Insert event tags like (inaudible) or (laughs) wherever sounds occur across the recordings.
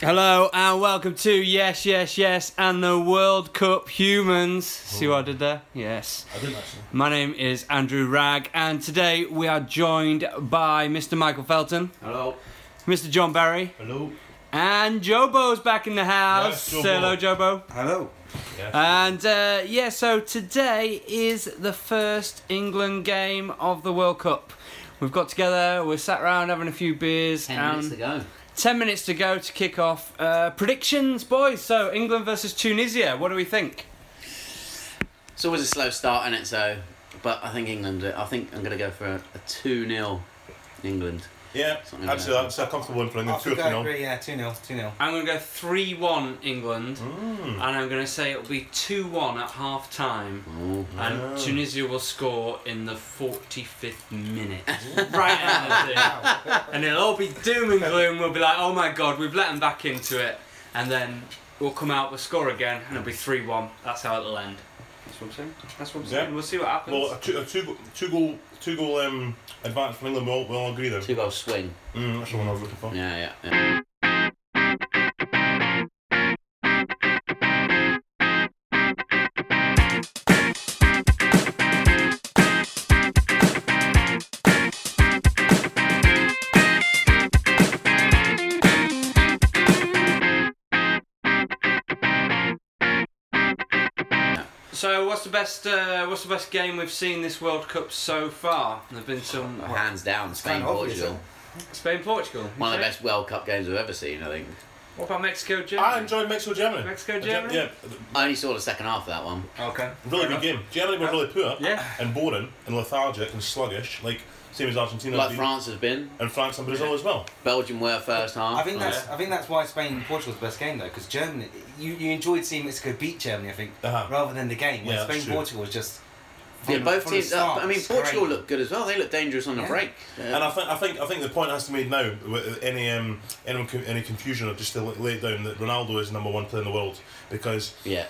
Hello and welcome to Yes, Yes, Yes and the World Cup Humans. See what I did there? Yes. I didn't actually. My name is Andrew Ragg and today we are joined by Mr. Michael Felton, Hello. Mr. John Barry, Hello. and Jobo's back in the house. Yes, Jobo. Say hello, Jobo. Hello. And uh, yeah, so today is the first England game of the World Cup. We've got together, we're sat around having a few beers. Ten and minutes to go. 10 minutes to go to kick off. Uh, predictions, boys. So, England versus Tunisia. What do we think? It's always a slow start, in it? So, but I think England. I think I'm going to go for a, a two 0 England. Yeah, Something like absolutely. that. I'd say a comfortable one for I England. Two think or I three agree, Oh, yeah, 2 0, 2 0. I'm going to go 3 1 England. Hmm. And I'm going to say it'll be 2 1 at half time. Oh. And Oh. Tunisia will score in the 45th (laughs) minute. right (laughs) at the thing. And it'll all be doom and gloom. We'll be like, oh my god, we've let them back into it. And then we'll come out, we'll score again, and it'll be 3 1. That's how it'll end. That's what I'm saying. That's what I'm saying. Yeah. We'll see what happens. Well, a two, a two, go- two goal, two goal um, advance from England. We'll, we'll agree there. Two goal swing. Mm, that's the one I was looking for. Yeah, yeah, yeah. So, what's the best? Uh, what's the best game we've seen this World Cup so far? There've been some Hands down, Spain, kind of obvious, Portugal. Spain, Portugal. One of the best World Cup games I've ever seen. I think. What about Mexico, I Germany? enjoyed Mexico Germany. Mexico, Ge- Germany? Yeah, I only saw the second half of that one. Okay. really good game. Germany were really poor Yeah. and boring and lethargic and sluggish, like same as Argentina Like have been. France has been. and France and Brazil as well. Belgium were first half. I think Like, that's I think that's why Spain and Portugal's best game though, because Germany you, you enjoyed seeing Mexico beat Germany, I think, Uh-huh. rather than the game. Yeah, Where that's Spain true. Portugal was just Yeah, from- both from the teams. uh, start, I mean, it's Portugal great. looked good as well. They looked dangerous on the Yeah. break. Uh, And I think I think I think the point has to be made now. with Any um, anyone co- any confusion or just to lay lay it down that Ronaldo is the number one player in the world because yeah.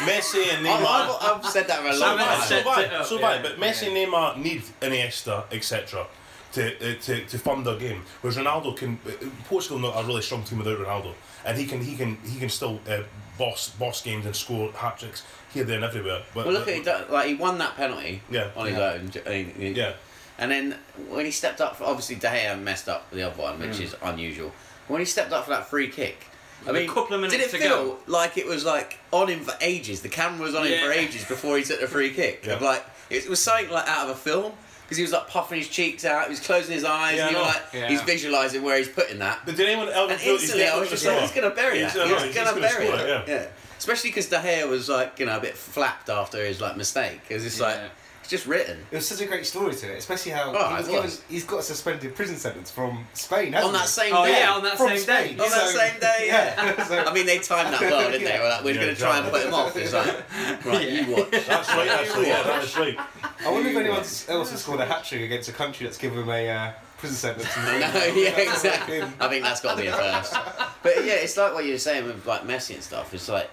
Messi and Neymar. I've, I've, I've said that for a So I've long bad, said- so time. set it bad, up, so yeah. bad. But Messi, Neymar need Iniesta, etc. To, uh, to, to fund their game, whereas Ronaldo can uh, Portugal not a really strong team without Ronaldo, and he can he can he can still uh, boss boss games and score hat tricks here, there, and everywhere. But, Well, look but- at it, like he won that penalty Yeah. on his Yeah. own. I mean, he- yeah, And then when he stepped up, for, obviously De Gea messed up the other one, which is unusual. When he stepped up for that free kick, I With a mean, couple of did minutes it to feel go. like it was like on him for ages? The camera was on him for Yeah. ages before he took the free kick. Yeah. Of Like it was something like out of a film because he was like puffing his cheeks out, he was closing his eyes, Yeah, I and you were know. like Yeah. he's visualising where he's putting that. but did anyone else And feel he's instantly, I definitely was just gonna like, he's score? going to bury He's that. gonna- He's he's going to gonna bury score it. it, yeah. Yeah. Especially because De Gea was like, you know, a bit flapped after his like mistake. It was just like, Yeah. it's just written. It was such a great story to it, especially how Oh, he was it given, was. he's got a suspended prison sentence from Spain, hasn't On that he? same Oh day. yeah, on that From same Spain. day. On that So- same (laughs) day, yeah. so- I mean, they timed that well, didn't they? We're like, we're Yeah, going to try and exactly. put him off. It's like, right, Yeah. you watch. (laughs) That's right, actually, yeah, that's right. I wonder if anyone else has scored a hat trick against a country that's given them a uh, prison sentence. (laughs) No, (laughs) yeah, exactly. I think that's got to be a first. But yeah, it's like what you were saying with like Messi and stuff. It's like,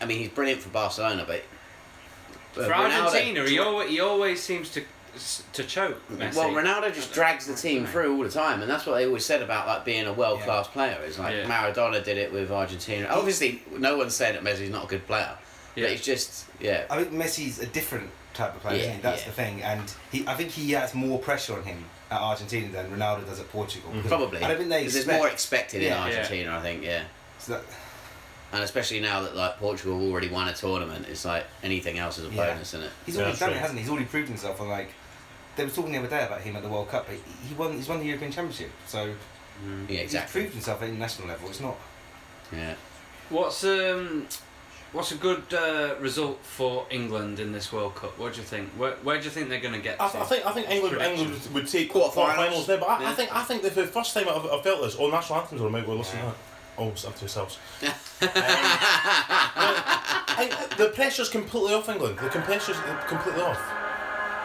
I mean, he's brilliant for Barcelona, but but For Ronaldo- Argentina, he always, he always seems to to choke. Messi. Well, Ronaldo just drags the team through all the time, and that's what they always said about like being a world class player. It's like Yeah. Maradona did it with Argentina. Obviously, no one's saying that Messi's not a good player, Yeah. but it's just yeah. I think Messi's a different type of player, isn't he? Yeah, That's yeah. the thing. And he, I think he has more pressure on him at Argentina than Ronaldo does at Portugal. Because Probably. I don't think they 'Cause there's expect- more expected Yeah. in Argentina, I think, yeah. so that- And especially now that like Portugal have already won a tournament, it's like anything else is a Yeah. bonus, isn't it? he's Yeah, already that's done right. it, hasn't he? He's already proved himself on like. They were talking the other day about him at the World Cup. He, he won. He's won the European Championship, so Yeah, he's exactly. proved himself at international level. It's not. Yeah. what's um, what's a good uh, result for England in this World Cup? What do you think? Where, where do you think they're going to get? I, to? th- I think I think England England would- would take Quarterfinals. quarterfinals there, but I, I Yeah. think I think that for the first time I've, I've felt this on national anthems or maybe we're listening to that. Oh, it's up to (laughs) yourselves. um, I, the pressure's completely off England. The pressure's completely off.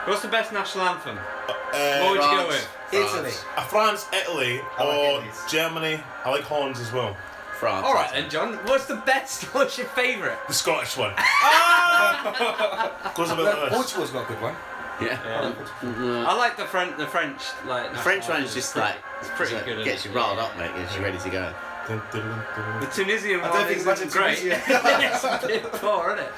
What's the best national anthem? what Uh, would you go France. with? Italy. uh, France, Italy, I like or Italy's. Germany. I like Holland's as well. France. All right then, John. What's the best? (laughs) What's your favourite? The Scottish (laughs) one. (laughs) Goes about Look, like this. Portugal's got a good one. Yeah. I like the French. The French like The French one is just like It's pretty it's like, good, Gets you isn't it? riled Yeah. up, mate. Gets you ready to go. Dun, dun, dun, dun, The dun. Tunisian I one don't think much isn't of great. (laughs) it's a bit poor, isn't it?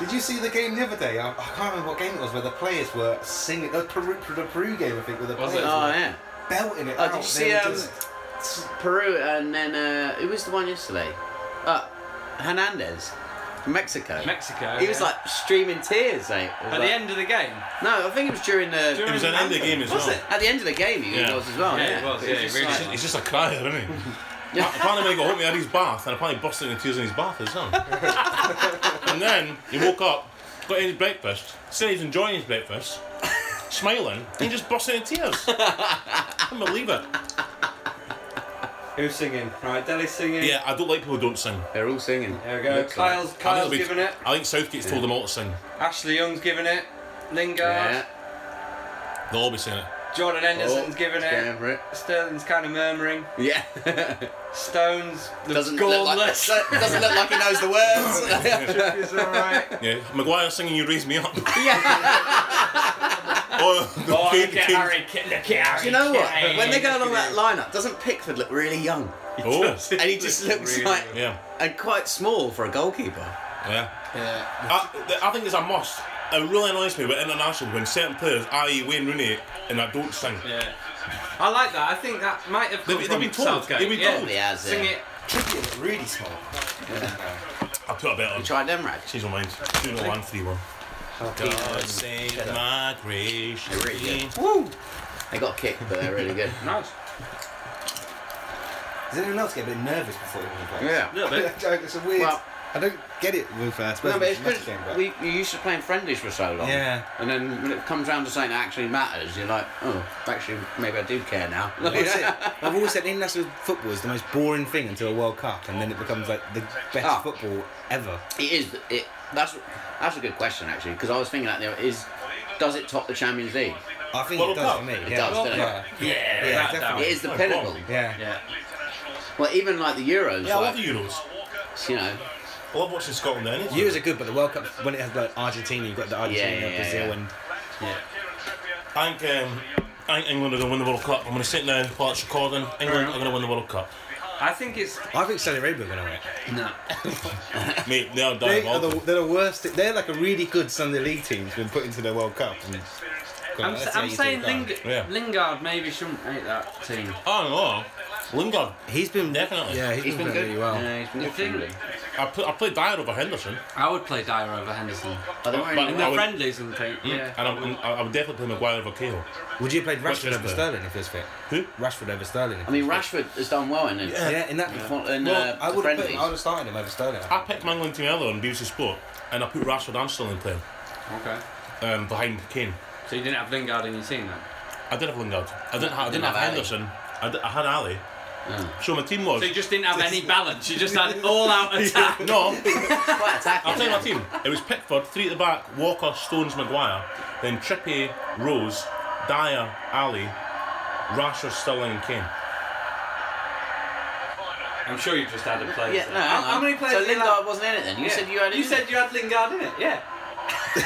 Did you see the game the other day? I, I can't remember what game it was where the players were singing. The Peru, the Peru game, I think, where the Was it? players Oh were yeah. belting it Oh, out. did you They see, were um, just- S- Peru and then uh, who was the one yesterday? Uh, Hernandez, Mexico. Mexico. He was yeah. like streaming tears, mate. It was at like- the end of the game. No, I think it was during the. During It was an end of game as was well. it at the end of the game? He Yeah. was as well. Yeah, he was, But yeah, he just really like- did. He's just a crier, isn't he? Yeah. apparently when he got home he had his bath and apparently busted into tears in his bath as (laughs) well. and then he woke up, got his breakfast, said he was enjoying his breakfast, smiling, and he just busted into tears. I can't believe it. Who's singing? Right, Delhi's singing. Yeah, I don't like people who don't sing. They're all singing. There we go. Looks like- Kyle's I Kyle's think, it'll giving be- it. I think Southgate's told them all to sing. Ashley Young's giving it. Lingard. Yeah. They'll all be singing it. Jordan Henderson's Oh, giving it. going for it. Sterling's kind of murmuring. Yeah. Stones looks (laughs) doesn't look like gormless. doesn't look like he knows the (laughs) words. He's all right. Yeah, Maguire singing "You Raise (laughs) Me Up." yeah. oh, Oh, Kane- look at Kane- Harry. Ke- Look at Harry. Do you know what? Kane. When they go along that lineup, doesn't Pickford look really young? Oh, does. And he just looks Really like young. yeah, and quite small for a goalkeeper. yeah. Yeah. I, th- I think it's a must. It really annoys me with international when certain players, i.e. Wayne Rooney, and I don't sing. Yeah. I like that. I think that might have come They've- they've from been told. Southgate. They've been yeah. told. He has. Sing yeah. it. Tricky, but really small. I put a bet on. You tried them, Raj. Change my mind. 2 0 and 3 1. God save my gracious They're really King. good. Woo! They got kicked, but they're really good. Nice. Does anyone else get a bit nervous before they play? Yeah. A little bit. (laughs) it's a weird. Well- I don't get it with uh, Spurs. No, but it's United because game, but- we you used to playing friendlies for so long. Yeah. And then when it comes round to something that actually matters, you're like, oh, actually, maybe I do care now. That's it. I've always said international football is the most boring thing until a World Cup, and then it becomes like the best Ah. football ever. (laughs) It is. It that's that's a good question actually because I was thinking that there is. Does it top the Champions League? I think World it does Cup? for me. It yeah. does, doesn't it? yeah. Yeah. Yeah, without definitely. It is the Oh, pinnacle. probably. Yeah. doubt. Yeah. Well, even like the Euros, Yeah, I love like, the Euros. you know, I love watching Scotland anyway. Euros are good, but the World Cup when it has like Argentina, you've got the Argentina, Yeah, yeah, Brazil, yeah. and Yeah. I think, um, I think England are going to win the World Cup. I'm going to sit now while it's recording. England are going to win the World Cup. I think it's I think Saudi Arabia are gonna win. no. Mate, they are They are the, diabolical. they're the worst. They're like a really good Sunday league team who's been put into the World Cup. And, God, I'm, that's s- how I'm you see saying it going. Lingard, Yeah. Lingard maybe shouldn't make that team. I don't know. Lingard. He's been Definitely. Yeah, he's been playing good. really well. Yeah, he's been The good. for thing- England. I, put, I played Dyer over Henderson. I would play Dyer over Henderson. Are they wearing But- In the the I would- friendlies and things. Yeah. And I, and I I would definitely play Maguire over Cahill. Would you have played Which Rashford is over the- Sterling if he was fit? Who? Rashford over Sterling. if I mean, he was fit. Rashford has done well in it. Yeah, in that. In, Well, uh, I the would have put. I friendlies. would have started him over Sterling. I I picked my England team earlier on BBC Sport and I put Rashford and Sterling playing Okay. um, behind Kane. So you didn't have Lingard in your team then? I did have Lingard. I didn't, ha- I Didn't didn't have, have Ali. Henderson. I, d- I had Ali. Yeah. So my team was. So you (laughs) just didn't have any balance. You just had all (laughs) out attack. no, Quite attacking. I'll tell you yeah. my team. It was Pickford, three at the back, Walker, Stones, Maguire, then Trippier, Rose, Dyer, Ali, Rashford, Sterling, and Kane. I'm sure you just added players. Yeah, no, there. how, hang how on. many players? So did you Lingard have? wasn't in it then. You Yeah. said you had. him You in said it. you had Lingard in it. Yeah. No,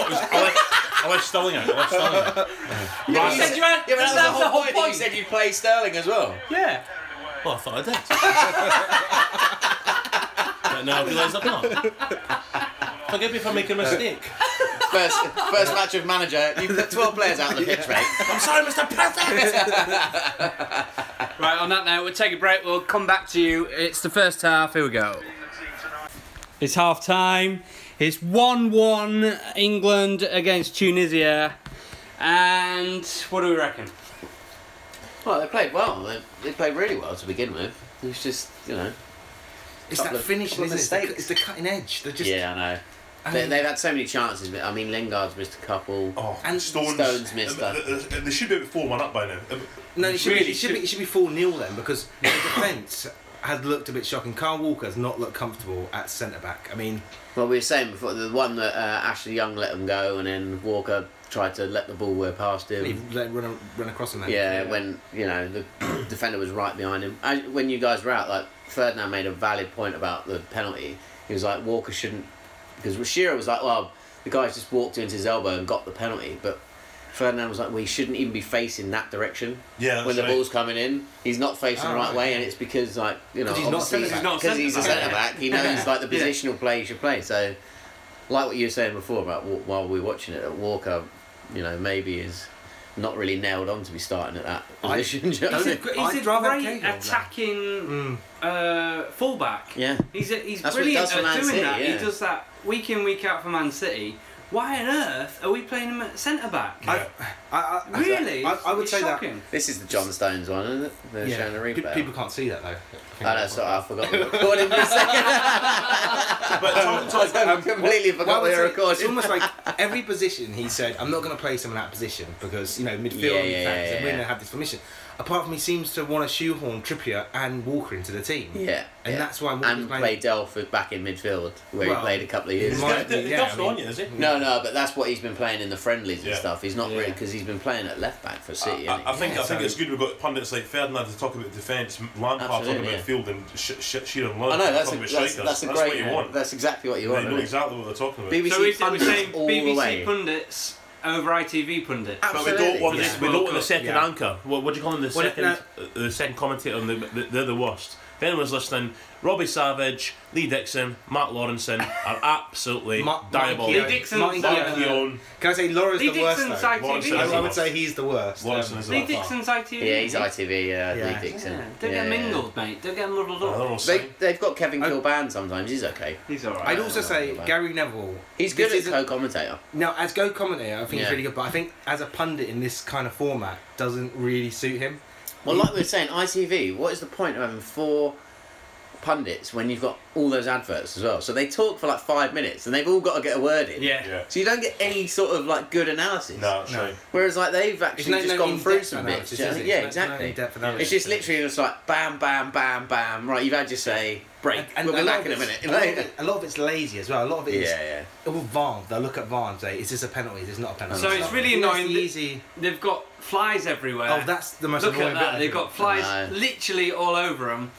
it was, I, left, I left Sterling out. I left Sterling out. You said you had. Yeah, but that was the whole, point. that You point. said you played Sterling as well. Yeah. Well, I thought I did. but now I realise I've not. Forgive me for making a mistake. First, first match of manager. You put twelve players out on the pitch, mate. I'm sorry, Mr. President. Right. On that note, we'll take a break. We'll come back to you. It's the first half. Here we go. It's half time. It's 1 1 England against Tunisia. And what do we reckon? Well, they played well. They, they played really well to begin with. It was just, you know. It's that Couple of- finishing, couple of isn't it? It's the, mistakes. cu- it's the cutting edge. They're just yeah, I know. I they, mean- they've had so many chances. But, I mean, Lingard's missed a couple. Oh, And Stones, Stones missed They- that. They, uh, they- they should be able to form one up by now. Uh, no. It should, be, Really it should be. It should be four 0 then because the defence has looked a bit shocking. Carl Walker has not looked comfortable at centre back. I mean, Well, we were saying before the one that uh, Ashley Young let him go, and then Walker tried to let the ball whir past he him. let- run run across him. Then. Mm. Yeah, when you know the (clears throat) defender was right behind him. I, when you guys were out, like Ferdinand made a valid point about the penalty. He was like Walker shouldn't, because Shearer was like, well, the guy's just walked into his elbow and got the penalty, but Ferdinand was like, well, he shouldn't even be facing that direction. Yeah, that's when the right. ball's coming in, he's not facing Oh, the right, right. way, and it's because like you know, 'Cause he's not obviously centre-back. He's not because he's a centre-back. centre back. He Yeah. knows like the (laughs) Yeah. positional play you should play. So, like what you were saying before about wa- while we were watching it, that Walker, you know, maybe is not really nailed on to be starting at that I- position. (laughs) do you know what I He's a, mean? gr- I'd he's a rather great Cahill than- attacking uh, fullback. Yeah. He's a, he's That's what he brilliant does for at Man doing City, that. yeah. He does that week in week out for Man City. Why on earth are we playing him at centre back? Yeah. I, I, Really? I, I would It's say shocking. This is the John Stones one, isn't it? They're that. showing a Yeah. Pe- replay. People can't see that though. I know, sorry, I forgot we were recording for a (laughs) (laughs) second. But Tom, Tom, I completely forgot Um, Well, we it's were like- It's recording. almost like every position he said, I'm not going to play someone out of position because, you know, midfield Yeah, yeah, and yeah, defence, and we yeah. don't have this permission. Apart from he seems to want to shoehorn Trippier and Walker into the team. Yeah. And yeah. that's why Walker's And playing- played Delphard back in midfield, where Well, he played a couple of years he ago. might- yeah, yeah, Duff's I not mean- on yet, is he? No, no, but that's what he's been playing in the friendlies and Yeah. stuff. He's not Yeah. really because he's been playing at left back for City. I, I hasn't he? think I think it's good we've got pundits like Ferdinand to talk about defence, Lampard talking Absolutely, about yeah. field, and Sh- Sh- Sheeran Lund I know that's a, talking about that's, strikers. that's a great. what you want. That's exactly what you they want. know isn't it? exactly what they're talking about. BBC So we, we're pundits saying all the way. BBC pundits over ITV pundits. But we don't want Absolutely, this. yeah. We don't want the World second Yeah. anchor. What, what do you call them? The Well, second, no- uh, the second commentator. On the, the, they're the worst. If anyone's listening, Robbie Savage, Lee Dixon, Mark Lawrenson are absolutely Ma- diabolical. Lee Dixon- Martin Martin Keown. Keown. Can I say Laura's Lee the worst? Dixon's though? Lawrence ITV. I, I Dixon. would say he's the worst. Lawrence Um, is Lee like that. Dixon's ITV. Yeah, he's ITV. Uh, Yeah. Lee Dixon. Yeah, don't Yeah, get yeah, yeah. mingled, mate. Don't get muddled Oh, they're up. all They, same. they've got Kevin I- Kilban sometimes. He's okay. He's alright. I'd also say Yeah. Gary Neville. He's this good as isn't- co-commentator. Now, as go commentator, I think Yeah. he's really good, but I think as a pundit in this kind of format doesn't really suit him. Well, like we were saying, ITV. What is the point of having four pundits when you've got all those adverts as well? So they talk for like five minutes, and they've all got to get a word in. Yeah. Yeah. So you don't get any sort of like good analysis. No, that's No. right. Whereas like they've There's actually no- just no gone through in-depth some bits. analysis, do you know is what I it? mean? Yeah, There's no exactly. in-depth analysis. It's just literally just like bam, bam, bam, bam. Right, you've had your say. Break. we'll be lot back of in a minute. it's- A (laughs) lot, of it- a lot of it's lazy as well. A lot of it yeah, is yeah. all VAR. They look at VAR and say, "Is this a penalty? Is this not a penalty?" So it's not- really You know, annoying the that- easy. They've got flies everywhere. Oh, that's the most Look annoying at that. bit. They've got flies No. literally all over them.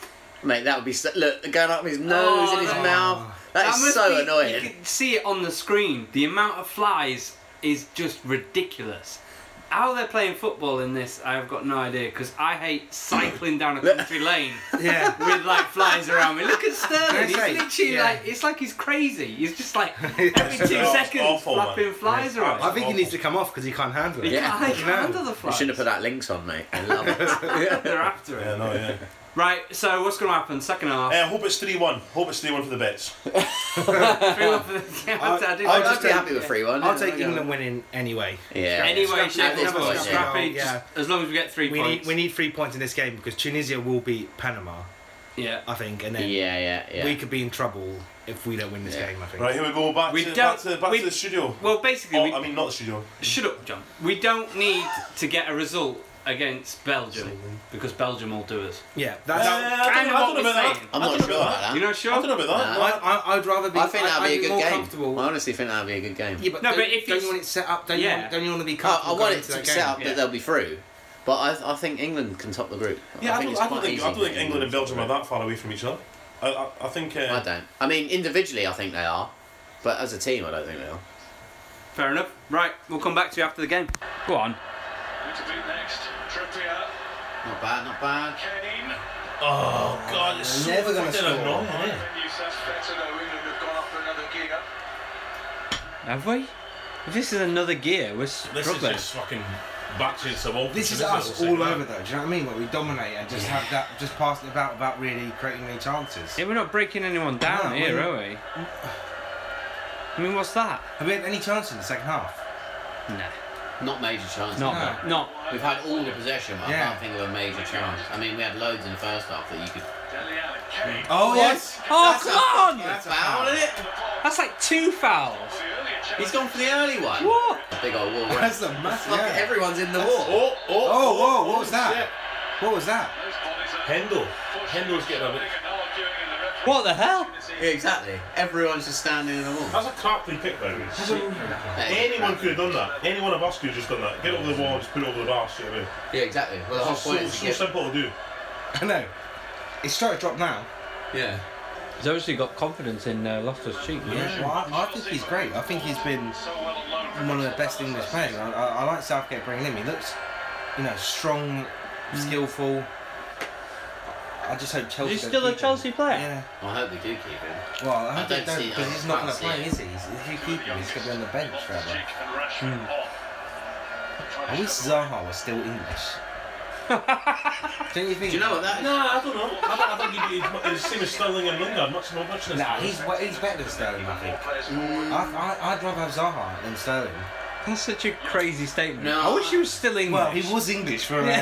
Mate, that would be so, look going up his nose Oh, and his no. mouth. That is so annoying. You can see it on the screen. The amount of flies is just ridiculous. How they're playing football in this, I've got no idea. Because I hate cycling down (laughs) a country lane yeah. (laughs) with like flies around me. Look at Sterling. He's That's right. literally Yeah. like, it's like he's crazy. He's just like every two It's seconds awful, man. flapping flies around. I think he needs to come off because he can't handle it. Yeah. I can't handle the You flies. shouldn't have put that links on, mate. I (laughs) love it. They're after it. Yeah, no, yeah. (laughs) Right, so what's going to happen? Second half. Eh, I hope it's 3 1. Hope it's 3 1 for the bets. Three one for the- yeah, I, did- I'll I I'd just be did- take- happy with three one. I'll take England winning anyway. Yeah. Anyway, Scrappy, shape, yeah, or form, yeah. scrappy. Yeah. just As long as we get three We points. need we need three points in this game because Tunisia will beat Panama, yeah. I think, and Yeah, then yeah, yeah. we could be in trouble if we don't win this Yeah. game. I think. Right, here we go. Back, We to, back, don't- to, back we- to the studio. Well, basically, Oh, we, Uh, I mean, not the studio. shut up, John. We don't need to get a result against Belgium because Belgium will do us. Yeah, Eh, that's. I, kinda don't, I what don't know we're about that. saying. I'm I not don't know sure about about You're that. not I sure? don't know about Nah. that. I, I, I'd rather be. I think that'd I'd be a more good game. Comfortable. I honestly think that'd be a good game. Yeah, but No, don't, but if don't it's- you want it set up? Don't Yeah. you want, don't you want to be I, comfortable? I want going it into that to game? set up yeah. that they'll be through, but I, I think England can top the group. Yeah, I don't, it's I don't quite think, easy I don't for think England and to top the Belgium are that far away from each other. I, I, I think. group. Uh, I don't. I mean, individually, I think they are, but as a team, I don't think they are. Fair enough. Right, we'll come back to you after the game. Go on. Who to beat next? Trippier, Not bad, not bad. Kane. Oh god, it's so Never gonna fucking score. annoying. isn't it? The new suspects are now England have gone up another gear. Have we? If this is another gear, we're This is struggling. just fucking batches of all. This is the us same all thing. over though. Do you know what I mean? Where we dominate and just have that, just pass it about without really creating any chances. Yeah, we're not breaking anyone down No, here, we- are we? I mean, what's that? Have we had any chances in the second half? Nah, Not major chances. not, not. We've had all the possession, but I Yeah. can't think of a major chance. I mean, we had loads in the first half that you could. Deli Alli, Kane. Oh yes. Oh, come on! That's a foul, isn't it? That's like two fouls. The earlier challenge. He's gone for the early one. What? Big old wall. That's a massive. Fuck, yeah. everyone's in the wall. Oh, oh, Oh whoa! What was that? What was that? Those bodies are Hendo. pushing. Hendo's getting a bit. They're not arguing in the referee. What the hell? Yeah, exactly. Everyone's just standing in the wall. That's a crap free kick, though. Hey. Anyone could have done that. Any one of us could have just done that. Get over the wall and just put it over the bar straight away. Yeah, exactly. Well, the whole It's so, point is to so get- simple to do. I know. It's starting to drop now. Yeah. He's obviously got confidence in uh, Loftus Cheek. Yeah. Well, I, I think he's great. I think he's been. So well alone. one of the best English players. I, I, I like Southgate bringing him. He looks, you know, strong, Mm. skillful. I just hope Chelsea. He's don't still a keep him. Chelsea player. Yeah. I hope they do keep him. Well, I hope don't they don't see- because I he's not can't going to see play, it. is he? He's- If you keep him, he's going to be on the bench forever. Hmm. I wish Zaha was still English. don't you think? Do you know what that is? No, I don't know. I don't, I don't think he'd be the same as Sterling and Lingard. Much more much Nah, he's wa- he's better than Sterling. I think. I, I, I'd rather have Zaha than Sterling. That's such a crazy statement. No. I wish he was still English. Well, he was English for a uh,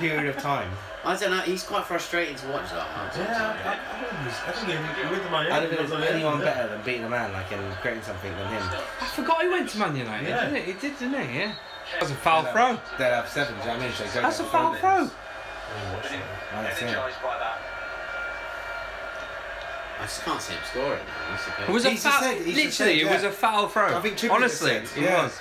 period of time. I don't know. He's quite frustrating to watch that. Much, Yeah, I, I, don't think he's- I think he went to Miami. I don't think because of there's anyone that. better than beating a man like and creating something than him. I forgot he went to Man United, Yeah. didn't he? He did, didn't he? Yeah. That was a foul throw. They'd have seven. Do you know what I mean? So they don't That's a get foul throw. penalties. That's it. I just can't see him scoring now. That's the It thing. was a He's just foul. said- he's Literally, just said, it was yeah. a foul throw. I think Trippier just Honestly, said, it yeah. was.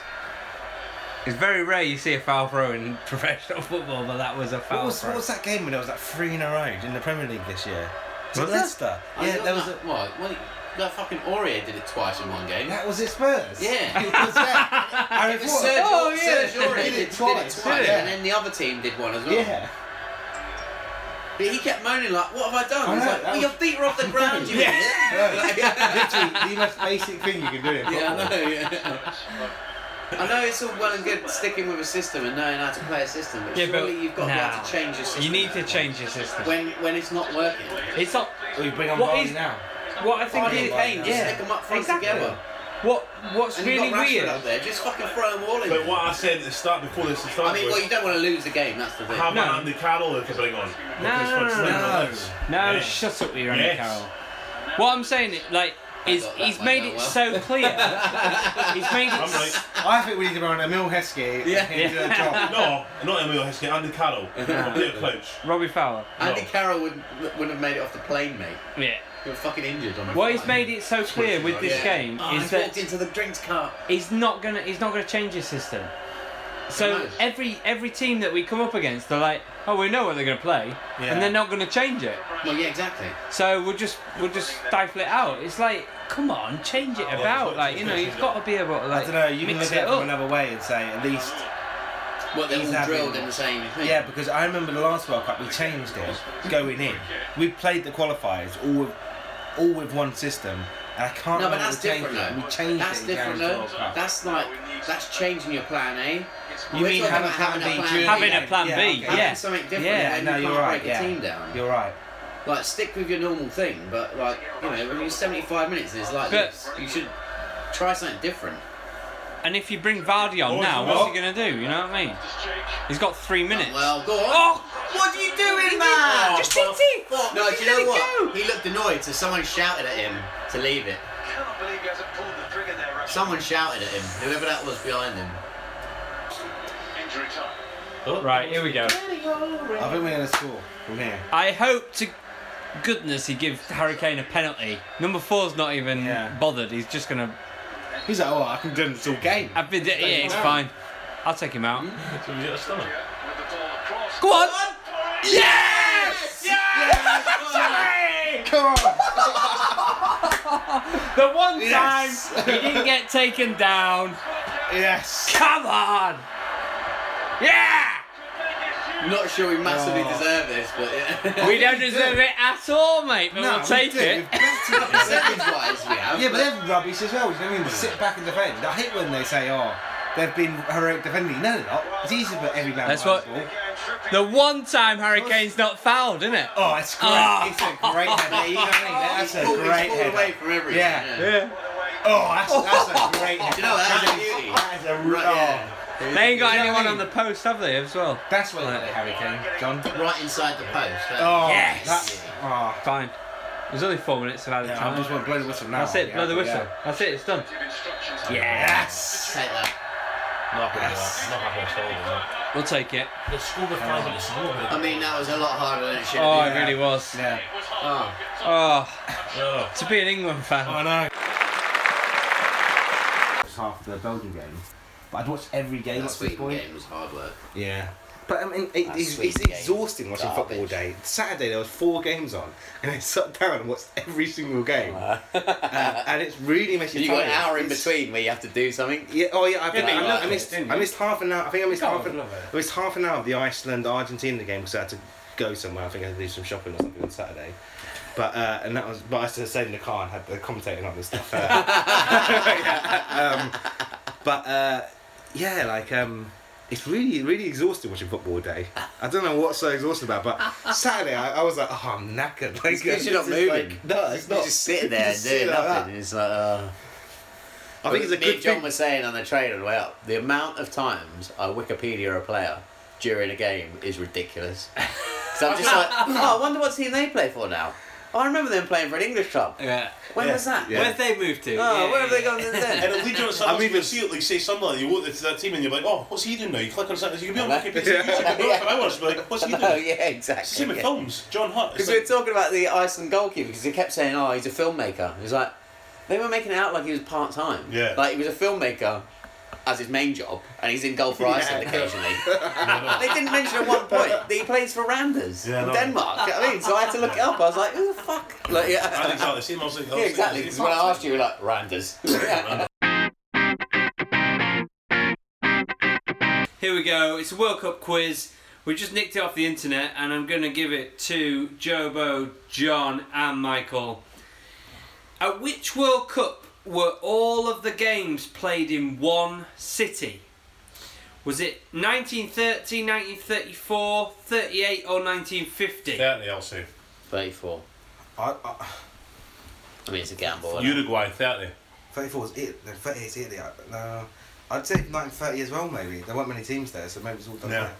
It's very rare you see a foul throw in (laughs) professional football, but that was a foul Oh, What was, throw. what was that game when there was like three in a row in the Premier League this year? Was Was it? Leicester? I Yeah, thought there was a, that, What? what that fucking Aurier did it twice in one game. that was it Spurs. Yeah. (laughs) It was that. I (laughs) It was Serge, recall. Oh, yeah. (laughs) Serge Aurier did, He did it did it twice, twice, yeah. and then the other team did one as well. Yeah. But he kept moaning like, "What have I done?" I He's know, like, that "Well, was- your feet are off the ground, you idiot." (laughs) (laughs) Literally the most basic thing you can do. In Yeah, I football. know. Yeah. I know it's all well and good sticking with a system and knowing how to play a system, but Yeah, but surely you've got to be able nah. to change your system. You need to change your system. when when it's not working. it's not. Well, you bring on What Vardy is- now. What I think Hardy is. and Kane, just Yeah. stick them up front Exactly. together. What What's And really you've got Rashford weird? up there, just fucking throw them all in. But what I said at the start before this started I mean, well, was you don't want to lose the game. That's the thing. have No. an Andy Carroll to bring on. Because no, for no, Slim no. Rollins. No, Yeah. shut up with your Andy Yes. Carroll. What I'm saying, is, like, is got that he's one made down it well. so (laughs) clear. he's made it. I'm s- right. I think we need to bring on Emil Heskey. Yeah. and do the job. (laughs) No, not Emil Heskey, Andy (laughs) Carroll. Peter Crouch. Robbie Fowler. Andy No. Carroll would wouldn't have made it off the plane, mate. Yeah. You're fucking injured on. the What he's flight. made it so clear with this Yeah. game Oh, is he's that walked into the drinks cart. he's not gonna he's not gonna change his system. So Nice. every every team that we come up against, they're like, oh, we know what they're gonna play, Yeah. and they're not gonna change it. Well, yeah, exactly. So we'll just we'll just stifle it out. It's like, come on, change it about. it's- Like you know, it's- you've got to be able to I like don't know. You can mix look it at it from up. another way and say at least. Well, they're He's all having- drilled in the same thing. Yeah, because I remember the last World Cup we changed it going in. We played the qualifiers all with all with one system, and I can't No, remember but that's we changed different it. though. We changed that's it. different going into though. the World Cup. That's like that's changing your plan eh? A. You We're mean talking having about plan having a B? plan B. Having a plan yeah, B, okay. yeah. Having something different. Yeah, then no, you you're can't right, break yeah. a team down. You're right. Like stick with your normal thing, but like you know, when you're 75 minutes and it's like But- this, you should try something different. And if you bring Vardy on Oh, now, he's what's not. he gonna do? You know what I mean? He's got three minutes. Well, go on. Oh, what are you doing, man? just hit it. no, do Let you know it what? go. He looked annoyed, so someone shouted at him to leave it. Someone shouted at him, whoever that was behind him. Injury time. Right, here we go. I think we're gonna score from here. I hope to goodness he gives Hurricane a penalty. Number four's not even Yeah. bothered. He's just gonna. He's like, oh, I can do this all game. I've been. Yeah, it's fine. I'll take him out. So we get a stunner. With the ball across. Go on. Yes! Come on. The one Yes. time he didn't get taken down. Yes. Come on. Yeah. Not sure we massively Oh. deserve this, but yeah. We don't deserve it at all, mate. But No, we'll take we do. it. We've (laughs) got (laughs) to. Percentage-wise, we have. Yeah, but they're rubbish as well. You know what I mean? Sit back and defend. I hate when they say, oh, they've been heroic defending. No, they're not. It's easy to put every man That's behind what- the ball. The one time Hurricane's not fouled, isn't it? Oh, it's great. Oh. It's a great header. You know what (laughs) I mean? That's a Pulled- he's great pulled away header. from everyone. Yeah. Yeah. Oh, (laughs) that's, that's a great header. You know, that's a beauty. That is a r- Right, yeah. oh. They ain't got You know what I anyone mean? on the post, have they? As well. Oh, That's what they Harry Kane, John. Right inside the post. Oh, Yes. That's, oh. Fine. There's only four minutes of added Yeah, time. I just want to blow the whistle now. That's it. Yeah, blow the whistle. yeah. That's it. It's done. Yes. Take that. Not happy with that. Not happy at all. with We'll take it. that. The score with five minutes to go. I mean, that was a lot harder than it should Oh, have it really was. Yeah. Oh. Oh, Oh. to be an England fan. Oh, know. Half the Belgium game, but I'd watched every game been. up That to this sweet point. game was hard work. Yeah. But I mean, it, That's it's, sweet it's game. exhausting watching Garbage. football day. Saturday there was four games on, and (laughs) I sat down and watched every single game, Uh, and it's really makes you. You got an tired. hour in It's- between where you have to do something. Yeah, oh yeah, I think but you I, loved I it, missed. didn't I you? missed half an hour. I think I missed can't half an. love it. I missed half an hour of the Iceland Argentina game because I had to go somewhere. I think I had to do some shopping or something on Saturday. But uh, and that was. But I still stayed in the car and had the commentating on this stuff. Uh, (laughs) yeah, um, but uh, yeah, like um, it's really really exhausting watching football day. I don't know what's so exhausting about, but Saturday I, I was like, oh, I'm knackered. Like, It's 'cause you're not this is moving. like- no, it's You not. just sit there and (laughs) just sit do like nothing. that. and it's like, uh, I think it's a me good and John thing. were saying on the train on the way up, the amount of times I Wikipedia a player during a game is (laughs) ridiculous. So I'm just like, oh, I wonder what team they play for now. Oh, I remember them playing for an English club. Yeah. When was that? Yeah. Where'd they move to? Oh, Yeah, where have they yeah, gone since then? (laughs) And at Legion of I'm Sunderland, even- you see it, like, say Sunderland, you look at that team and you're like, oh, what's he doing now? You click on something, you can be on Wikipedia, you can go on for hours, but like, what's he doing? (laughs) Oh, yeah, It's the same exactly. with films, John Hutt. It's Because we were like, talking about the Iceland goalkeeper, because he kept saying, oh, he's a filmmaker. It was like, they were making it out like he was part time. Yeah. Like he was a filmmaker as his main job, and he's in goal for Iceland (laughs) occasionally. they didn't mention at one point that he plays for Randers Yeah, I in know. Denmark. I mean, so I had to look it up. I was like, who the fuck? I Like, think yeah. it's like the same, I was like, oh, Yeah, exactly. it's Because the when same. I asked you, you were like, Randers. Yeah. Here we go. It's a World Cup quiz. We just nicked it off the internet, and I'm going to give it to Jobo, John, and Michael. At which World Cup were all of the games played in one city? Was it 1930, 1934, 38, or 1950? Yeah, they all say. 34. I, I, I mean, it's a gamble. isn't it? Uruguay, 30. 34 was it. No, 38 is Italy. I- No, I'd say 1930 as well, maybe. There weren't many teams there, so maybe it's all done. Yeah. there.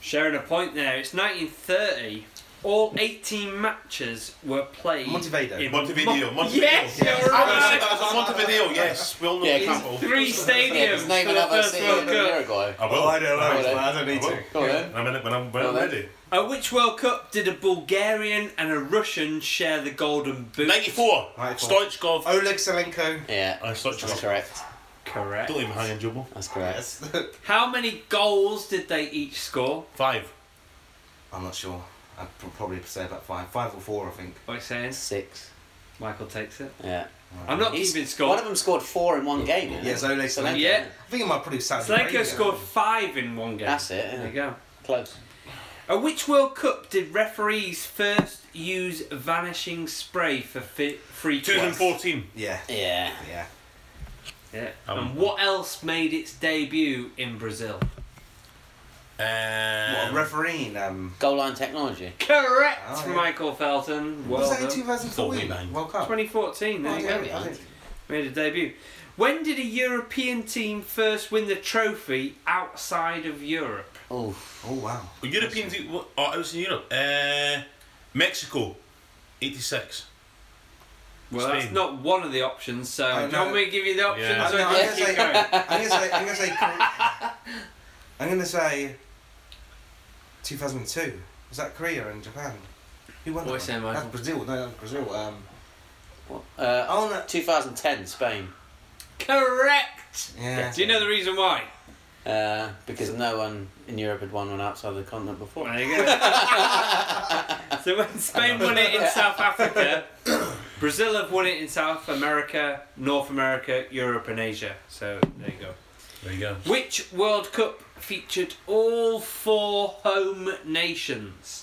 Sharing a point there. It's 1930. All 18 matches were played. Montevideo. in Montevideo, Mon- Montevideo. Yes, Yes. you're I right. was- I was on Montevideo, yes. We all know Yeah, the come- people. Three Yeah, stadiums just name for the another first city World in Cup. Uruguay. I Well, I don't know, Well, I don't need I will. to. Go on then. I'm in it when I'm, when Well, I'm then. ready. At which World Cup did a Bulgarian and a Russian share the golden boot? 94. 94. Stoichkov. Oleg Selenko. Yeah. I such That's a correct. Correct. Don't even hang in Jobo. That's correct. (laughs) Yes. How many goals did they each score? Five. I'm not sure. I'd pr- probably say about five. Five or four, I think. What are you saying? Six. Michael takes it. Yeah. I'm not He's- keeping score. One of them scored four in one game. didn't he? Yes, Oleg Selenko. Yeah. I think it might probably sound Slenko scored five in one game. That's it, yeah. There you go. Close. At which World Cup did referees first use vanishing spray for fi- free kicks? 2014. Yeah. Yeah. Yeah. Yeah. Um, and what else made its debut in Brazil? What, a Um, refereeing. Um, Goal line technology. Correct, Oh, yeah. Michael Felton. what was Well that in done. 2004? 49. World Cup. 2014. There Oh, you yeah, go. yeah. made a debut. When did a European team first win the trophy outside of Europe? Oh, Oh, wow. European team. what- Oh, I was in Europe. Uh, Mexico, 86. Well, that's Spain. not one of the options, so I do you want know. me to give you the options? Yeah. I Or know, do you I'm keep gonna going? I'm going to say. I'm going to say. I'm going to say. 2002. Was that Korea and Japan? Who What won? that are you one? saying, That's Michael? Brazil. No, that's Brazil. Um, What? Uh, oh no. 2010, Spain. Correct! Yeah. Do you know the reason why? Uh, because no one in Europe had won one outside of the continent before. There (laughs) you go. so when Spain won it in South Africa, Brazil have won it in South America, North America, Europe, and Asia. So there you go. There you go. Which World Cup featured all four home nations?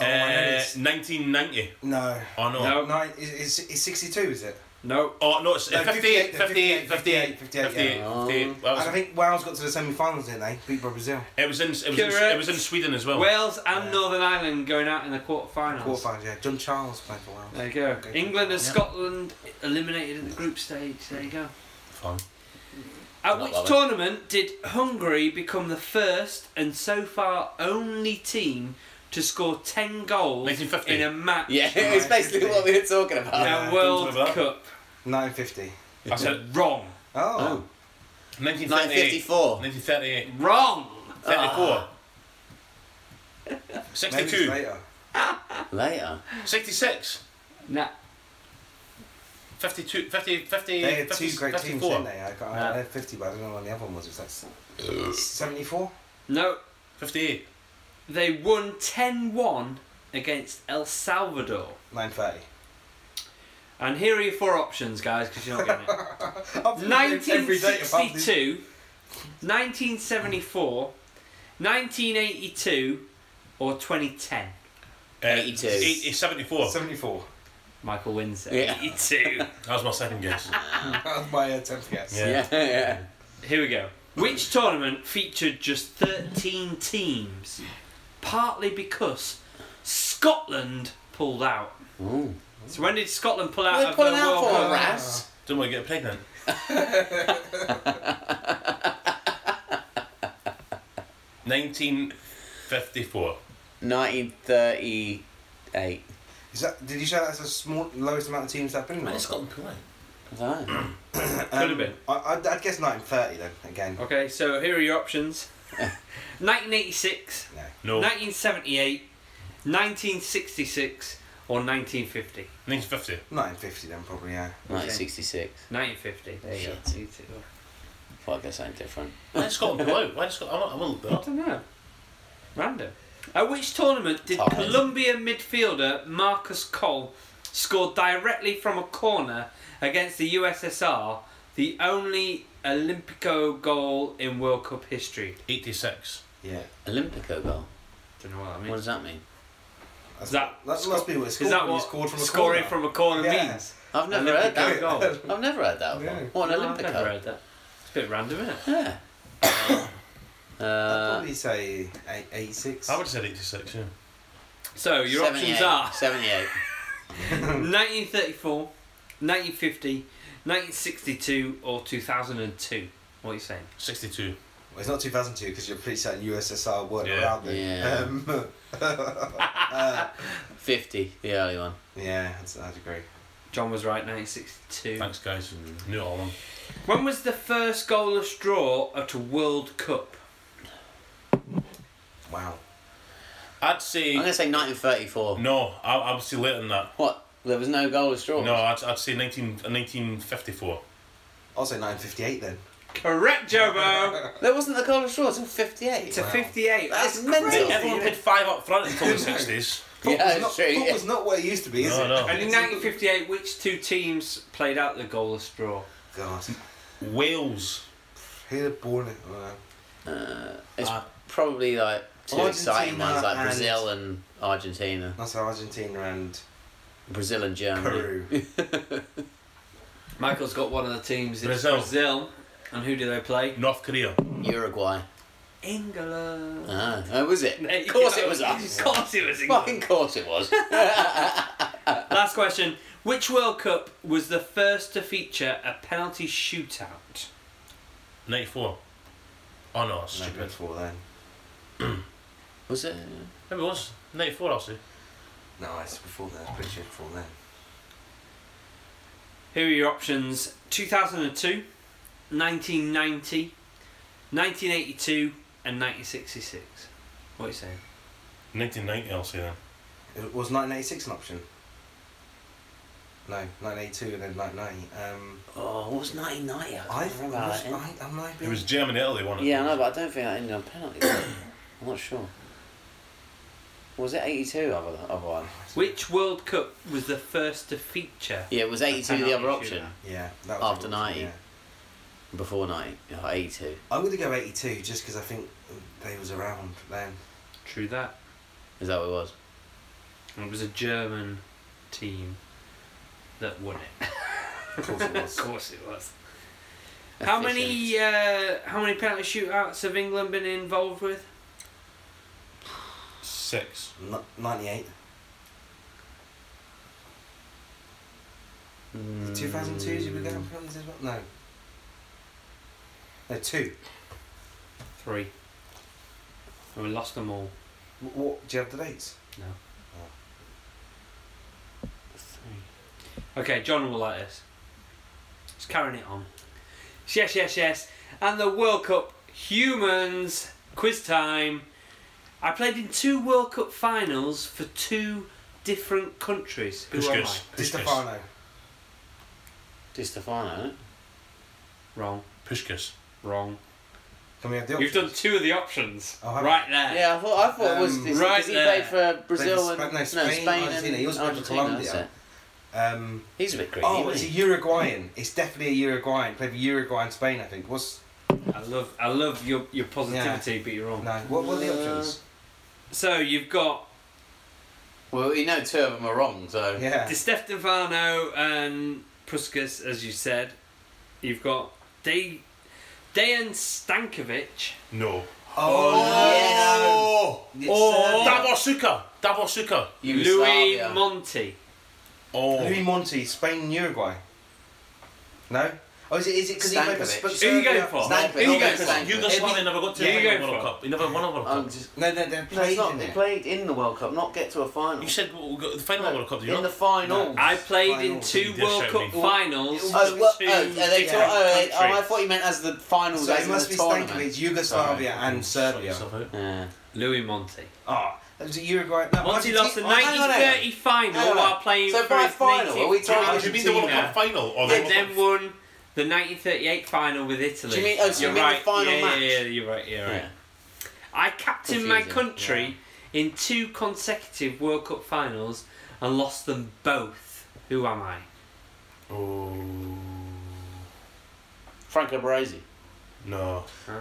Oh, my Uh, goodness. 1990. No. Oh no. No. No, it's, it's, it's 62, is it? No, Oh no, it's No, 58, 58, 58, 58, 58, 58, 58, yeah. 58. Well, And I think Wales got to the semi-finals, didn't they? Beat by Brazil. it was in. It was in, Correct. it was in Sweden as well. Wales and Northern Ireland going out in the quarterfinals. Quarterfinals, yeah. John Charles played for Wales. There you go. Okay. England and Yeah. Scotland eliminated in the group stage. There you go. Fun. At Not which bothered. tournament did Hungary become the first and so far only team to score 10 goals 1950. in a match Yeah, it was basically what we were talking about. in Yeah, a World don't talk Cup? 1950. I said Wrong. Oh. 1958. 1954. 1938. Wrong! 34. Maybe it's 62. later. Later. 66. Nah. 52, 50, 50, They had 50, two great teams, 54. didn't they? I, got, I had 50, but I don't know when the other one was. It was like s- 74? No. 58. They won 10-1 against El Salvador. 9.30. And here are your four options, guys, because you're not getting it. I've been every day about this. 1962, 1974, 1982, or 2010. Uh, 82. 80, 74. 74. Michael wins it. Yeah. 82. That was my second guess. (laughs) That was my attempt guess. Yeah. Yeah, (laughs) yeah. (laughs) Here we go. Which tournament featured just 13 teams? Partly because Scotland pulled out. Ooh. So when did Scotland pull out What are of the they pulling World out for, Cup? Raz? Didn't want to get pregnant. Nineteen fifty-four. 1938. Is that, did you say that's the small, lowest amount of teams that have been in? World Cup? I don't know. Um, Could have been. I, I'd, I'd guess 1930 then, again. Okay, so here are your (laughs) options 1986, No. No. 1978, 1966, or 1950. 1950. 1950 then, probably, yeah. 1966. 1950. There you Shit. go. Fuck, that's something different. Why did Scotland pull out? Why did Scotland? I'm not, I'm not, I don't know. Random. At which tournament did Oh. Colombia midfielder Marcus Cole score directly from a corner against the USSR, the only Olympico goal in World Cup history? 86. Yeah. Olympico goal. Don't know what that What means. does that mean? That's, that- that must be what it's Is called that when what you scored from a scoring corner. from a corner Yeah. means? I've never heard Olympico that. goal. I've never heard that one. Yeah. (laughs) What, an No, I've Olympico? never heard that. It's a bit random, isn't it? Yeah. I'd Uh, probably say eight, 86. I would have said 86, yeah. (coughs) So your options 78, are 78. 1934, 1950, 1962, or 2002. What are you saying? 62. Well, it's not 2002 because you're pretty certain USSR weren't Yeah. around then. Yeah. Um, 50, the early one. yeah, I'd, I'd agree. John was right, 1962. Thanks, guys. Knew it all on. When was the first goalless draw at a World Cup? Wow. I'd I'm going say. to say 1934. Mm. No, I, I would say later than that. What? There was no goal at all? No, I'd, I'd say 19, 1954. I'll say 958 then. Correct, (laughs) Jobo! There wasn't a goal at all until 58. to 58. That's crazy. mental. Everyone (laughs) played five up front until (laughs) the 60s. yeah, It's not, it's true. yeah. Football's not what it used to be, is No, it? no. And in 1958, which two teams played out the goalless draw? God. Wales. Who'd have born it? Well, It's Uh, probably like two Argentina exciting ones like and- Brazil and Argentina. that's Argentina and Brazil and Germany. Peru. Michael's got one of the teams. It's Brazil. Brazil. And who do they play? North Korea. Uruguay. England. Ah, oh, was it? There you Of course go. it was (laughs) us. Of course it was England. Fucking course (laughs) it was. Last question. Which World Cup was the first to feature a penalty shootout? 94. Oh no, that's stupid. 94 then. was it? Maybe it was. 94, I'll say. No, it's before then. It's pretty sure before then. Here are your options 2002, 1990, 1982, and 1966. What are you saying? 1990, I'll say then. It was 1986 an option? No, 1982 and then 1990. Um, Oh, it was 1990. I I, can't remember that. was, end. I, am I It being... was Germany, Italy, one. Yeah, I know, but I don't think that ended on penalties. (coughs) I'm not sure. Was it 82 other, other one? Which World Cup was the first to feature? Yeah, it was 82 the other option? yeah, that was After it, 90. yeah. Before 90. Oh, 82. I'm going to go 82 just because I think they was around then. True that. Is that what it was? And it was a German team that won it. Of course it Of (laughs) was. course it was. How many Efficient. uh, how many penalty shootouts have England been involved with? Six. N- 98. 2002, did we go on penalties as well? No. No, two. Three. And we lost them all. What, what, do you have the dates? No. Okay, John will like this. Just carrying it on. Yes, yes, yes. And the World Cup humans quiz time. I played in two World Cup finals for two different countries. Who am Puskas. I? Di Puskas. Stefano. uh, Di Stefano, isn't it? Wrong, Puskas. wrong. Can we have the You've options? done two of the options Oh, have I? right there. Yeah, I thought, I thought it was Um, because right he there. played for Brazil Played for and Sp- no, no, Spain, Spain, Argentina. and He also played for Argentina, Colombia. that's it. um, He's a bit greedy. Oh, it's isn't a he? Uruguayan. It's definitely a Uruguayan. Played for Uruguay and Spain, I think. What's I love, I love your your positivity, but you're wrong. no? What were the options? So you've got Well, you know, two of them are wrong, Uh, so Yeah. Di Stefano and Puskas, as you said. You've got De Dejan Stankovic. No. Oh, no. uh, Oh. Dabosuka! Dabosuka! Louis Yugoslavia. Monti. Oh. Louis Monti, Spain, and Uruguay. No. Oh, is it? Is it because he played for Stankovic. Sp- Who you Serbia? going for? Stan- Who you going for? Yugoslavia never got to Yeah, you the go World for it. Cup. He never won a World I'm Cup. just, No, no, they're no, it's played not. in They it. played in the World Cup, not get to a final. You said well, we got the final World Cup, did you in not? the finals. I played in Finals. two Just World show Cup me. finals. Oh, what, two oh, are they yeah, talk, oh, they, oh, I countries. thought you meant as the finals. So as it must be in the tournament. Stankovic, Yugoslavia, and Serbia. Yeah. Louis Monti. Ah, that was Uruguay. No, Monti Argentina- lost the oh, no, no, no. 1930 final No, no, no. while playing So for by his final, native are we talking- Did you mean the World Argentina. Cup final? Oh, Or the And World then Cup? won the 1938 final with Italy. Do you mean- oh, so you You're mean the right. final yeah, match? Yeah, yeah, you're right. You're right. Yeah. I captained my Confusing, country in two consecutive World Cup finals and lost them both. Who am I? Franco Baresi. Oh, No. Huh?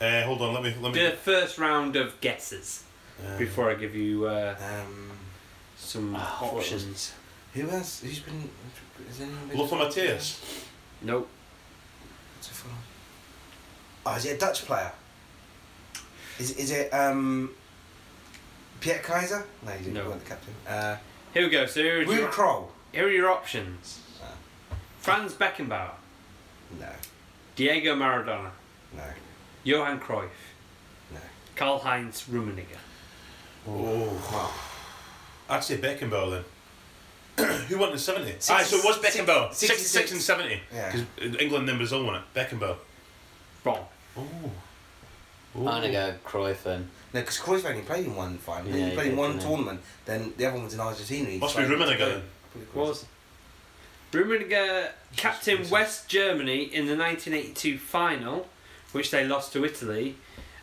Uh, hold on, let me. Let me The first round of guesses uh, before I give you uh, Um, some Ah, Oh, options. who else? Who's been? Has anyone been? Lothar Matthäus. Nope. to Fulham. Oh, is it a Dutch player? Is is it um, Piet Kaiser? No, he didn't. No. No. wasn't the captain. Uh, Here we go. So here are, Will your, Kroll? here are your options: Ah. Franz Beckenbauer, No, Diego Maradona, no, Johan Cruyff, no. Karl Heinz Rummenigge. Oh. Wow. I'd say Beckenbauer then. (clears throat) Who won in 70? Aye, so it was six- Beckenbauer. 66, 66. and 70. Yeah. Because England and Brazil won it. Beckenbauer. Wrong. Oh. I'm gonna go Cruyff and No, because Cruyff only played in one final. Yeah, he he played in did, one didn't he? tournament. Then the other one was in Argentina. He Must be signed- Rummenigge then. Probably Cruyff. was. Rummenigge captain West Germany in the 1982 final, which they lost to Italy,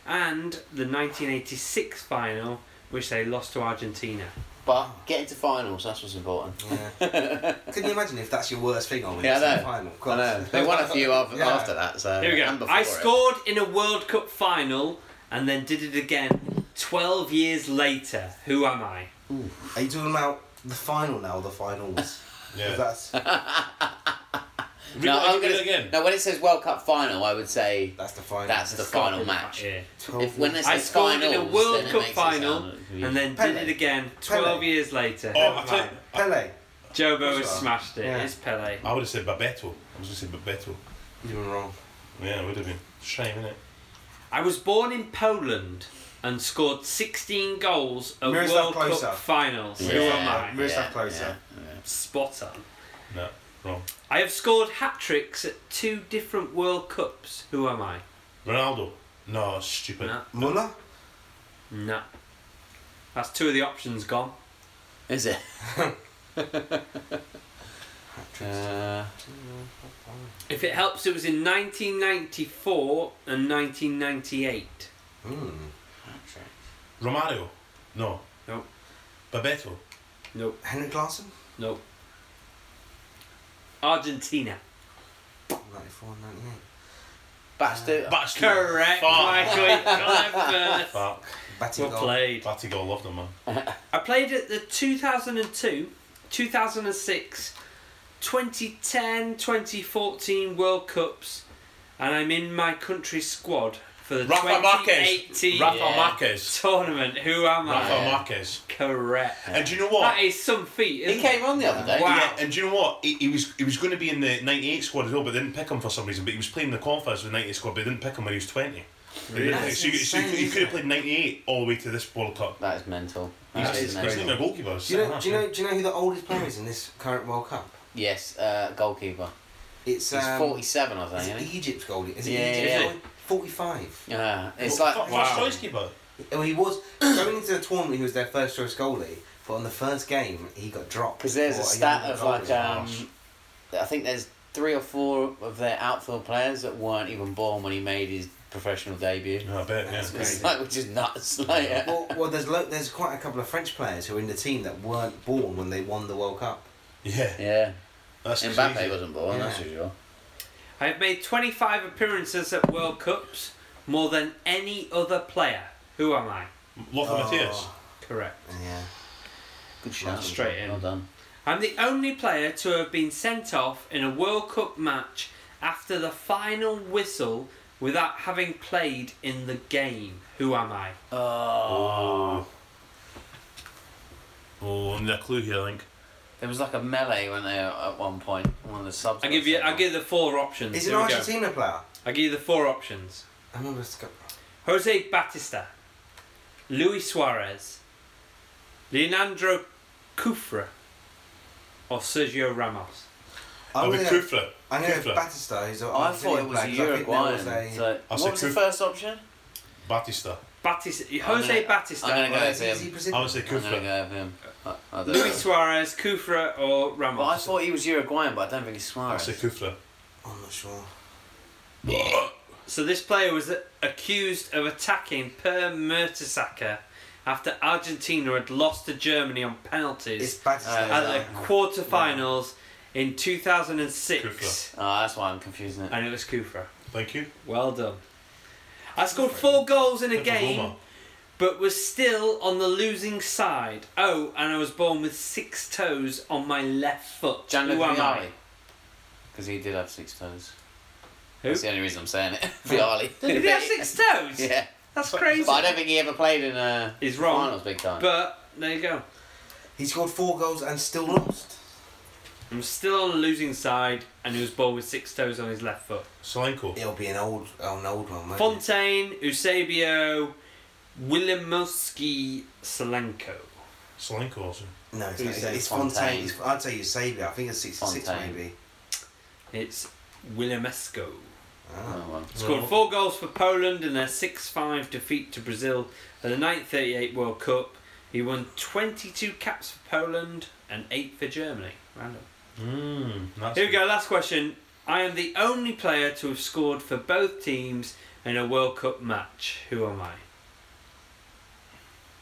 and the 1986 final, which they lost to Argentina. but getting to finals. That's what's important. Yeah. Can you imagine if that's your worst thing on Yeah, I the know. final? Of I know. course. They won a few after, (laughs) Yeah. after that, so Here we and go. before I it. scored in a World Cup final and then did it again 12 years later. Who am I? (laughs) Are you talking about the final now or the finals? 'Cause Yeah. That's Read No, it- I'm read it gonna, again. no, when it says World Cup final, I would say that's the final. that's the final match. Yeah. If when they say I scored in a finals, World then it Cup makes it final sound and then did Pele. it again 12 Pele. years later. Oh, I, tell you- Pele. Jobo Sure. has smashed it. Yeah. It's Pele. I would have said Babetto. I was going to say Babetto. You've been wrong. Yeah, it would have been. Shame, innit? I was born in Poland and scored 16 goals at World Miroslav Cup Klose. finals. Who Yeah. am I? Miroslav Klose. Spot on. No, wrong. I have scored hat tricks at two different World Cups. Who am I? Ronaldo. No, stupid. No. Muller? No. That's two of the options gone. yeah. Is it? uh, If it helps, it was in 1994 and 1998. Hmm. Romario. No. Nope. Babetto. Nope. Henrik Larsson? Nope. Argentina. 94, 98. Bastu. Basti. Correct, Fuck. Michael. you got it first. Fuck. Batty Well goal. played. Batty goal loved him, man. I played at the 2002, 2006, 2010, 2014 World Cups, and I'm in my country squad for the Rafa Marquez. 2018 Rafa Yeah. Marquez. tournament. Who am I? Rafa Marquez. Correct. And do you know what? That is some feat, isn't He came on the other day. Wow. Yeah, and do you know what? He, he was he was going to be in the '98 squad as well, but they didn't pick him for some reason. But he was playing the conference with the '98 squad, but they didn't pick him when he was 20. They didn't Really? pick- So, you, so you insane, could- you could isn't it? have played '98 all the way to this World Cup. That is mental. He's, That he's, is he's mental. not even a goalkeeper. he's Do you, know, centre-half, do, you know, do you know who the oldest player is in this current World Cup? Yes, uh, goalkeeper. It's, He's um, 47, I think. Is Isn't it he? Egypt's goalie? Is it Yeah, Egypt's yeah. goalie? 45. Yeah, it's Well, like fuck, wow. first choice keeper. Well, Oh, he was going into the tournament. He was their first choice goalie, but on the first game he got dropped. because there's for a young stat of goalie. like um, I think there's three or four of their outfield players that weren't even born when he made his professional debut. I bet, yeah. (laughs) It's like, which is nuts. Like, yeah. Well, well there's lo- there's quite a couple of French players who are in the team that weren't born when they won the World Cup. Yeah. yeah. That's Mbappe crazy. wasn't born, that's for sure. I have made 25 appearances at World Cups, more than any other player. Who am I? Lothar Matthäus. Correct. Yeah. Good shot. Straight in. Well done. I'm the only player to have been sent off in a World Cup match after the final whistle without having played in the game. Who am I? Oh. Oh, I need a clue here, I think. There was like a melee when they at one point. One of the subs. I give you. I give the four options. Is it Here an we go. Argentina player? I give you the four options: I remember it's got. Jose Batista, Luis Suarez, Leandro Cufra, or Sergio Ramos. I Oh, I'm mean, gonna, Kufra. I'm gonna go Kufra. Batista. Who's an I thought it was a Argentinian player, 'cause I Uruguayan. think there was a- so, I'll what say was the Cruz. first option? Batista. Batista, I'm Jose gonna- Batista, I'm gonna go Well, with is he- is he I him. Brazilian? would say I'm gonna Kufra. go with him. I, I don't Luis know. Suarez, Cufra, or Ramos. Well, I thought he was Uruguayan, but I don't think he's I would Suarez. say Kufra. I'm not sure. So this player was accused of attacking Per Mertesacker after Argentina had lost to Germany on It's penalties Batista. Uh, at yeah. the quarterfinals in 2006. Oh, that's why I'm confusing it. And it was Kufra. Thank you. Well done. I scored four goals in a Kufra game, Roma. but was still on the losing side. Oh, and I was born with six toes on my left foot. Who Gianluca am I? Vialli. Because he did have six toes. Who? That's the only reason I'm (laughs) saying it. Vialli. Did he have (laughs) six toes? Yeah. That's crazy. But I don't think he ever played in a He's wrong. finals big time. But there you go. He scored four goals and still lost. I'm still on the losing side, and he was born with six toes on his left foot. Solanko. It'll be an old, oh, an old one. won't it? Fontaine, Eusebio, Wilimowski, Solanko. Solanko also. No, it's, Who not, said it's Fontaine? Fontaine. It's- I'd say Eusebio. I think it's 66 Fontaine. maybe. It's Wilimesco. Oh, well. Scored four goals for Poland in their 6 5 defeat to Brazil at the 1938 World Cup. He won 22 caps for Poland and 8 for Germany. Random. Mm, Hmm, that's Here we go, last question. I am the only player to have scored for both teams in a World Cup match. Who am I?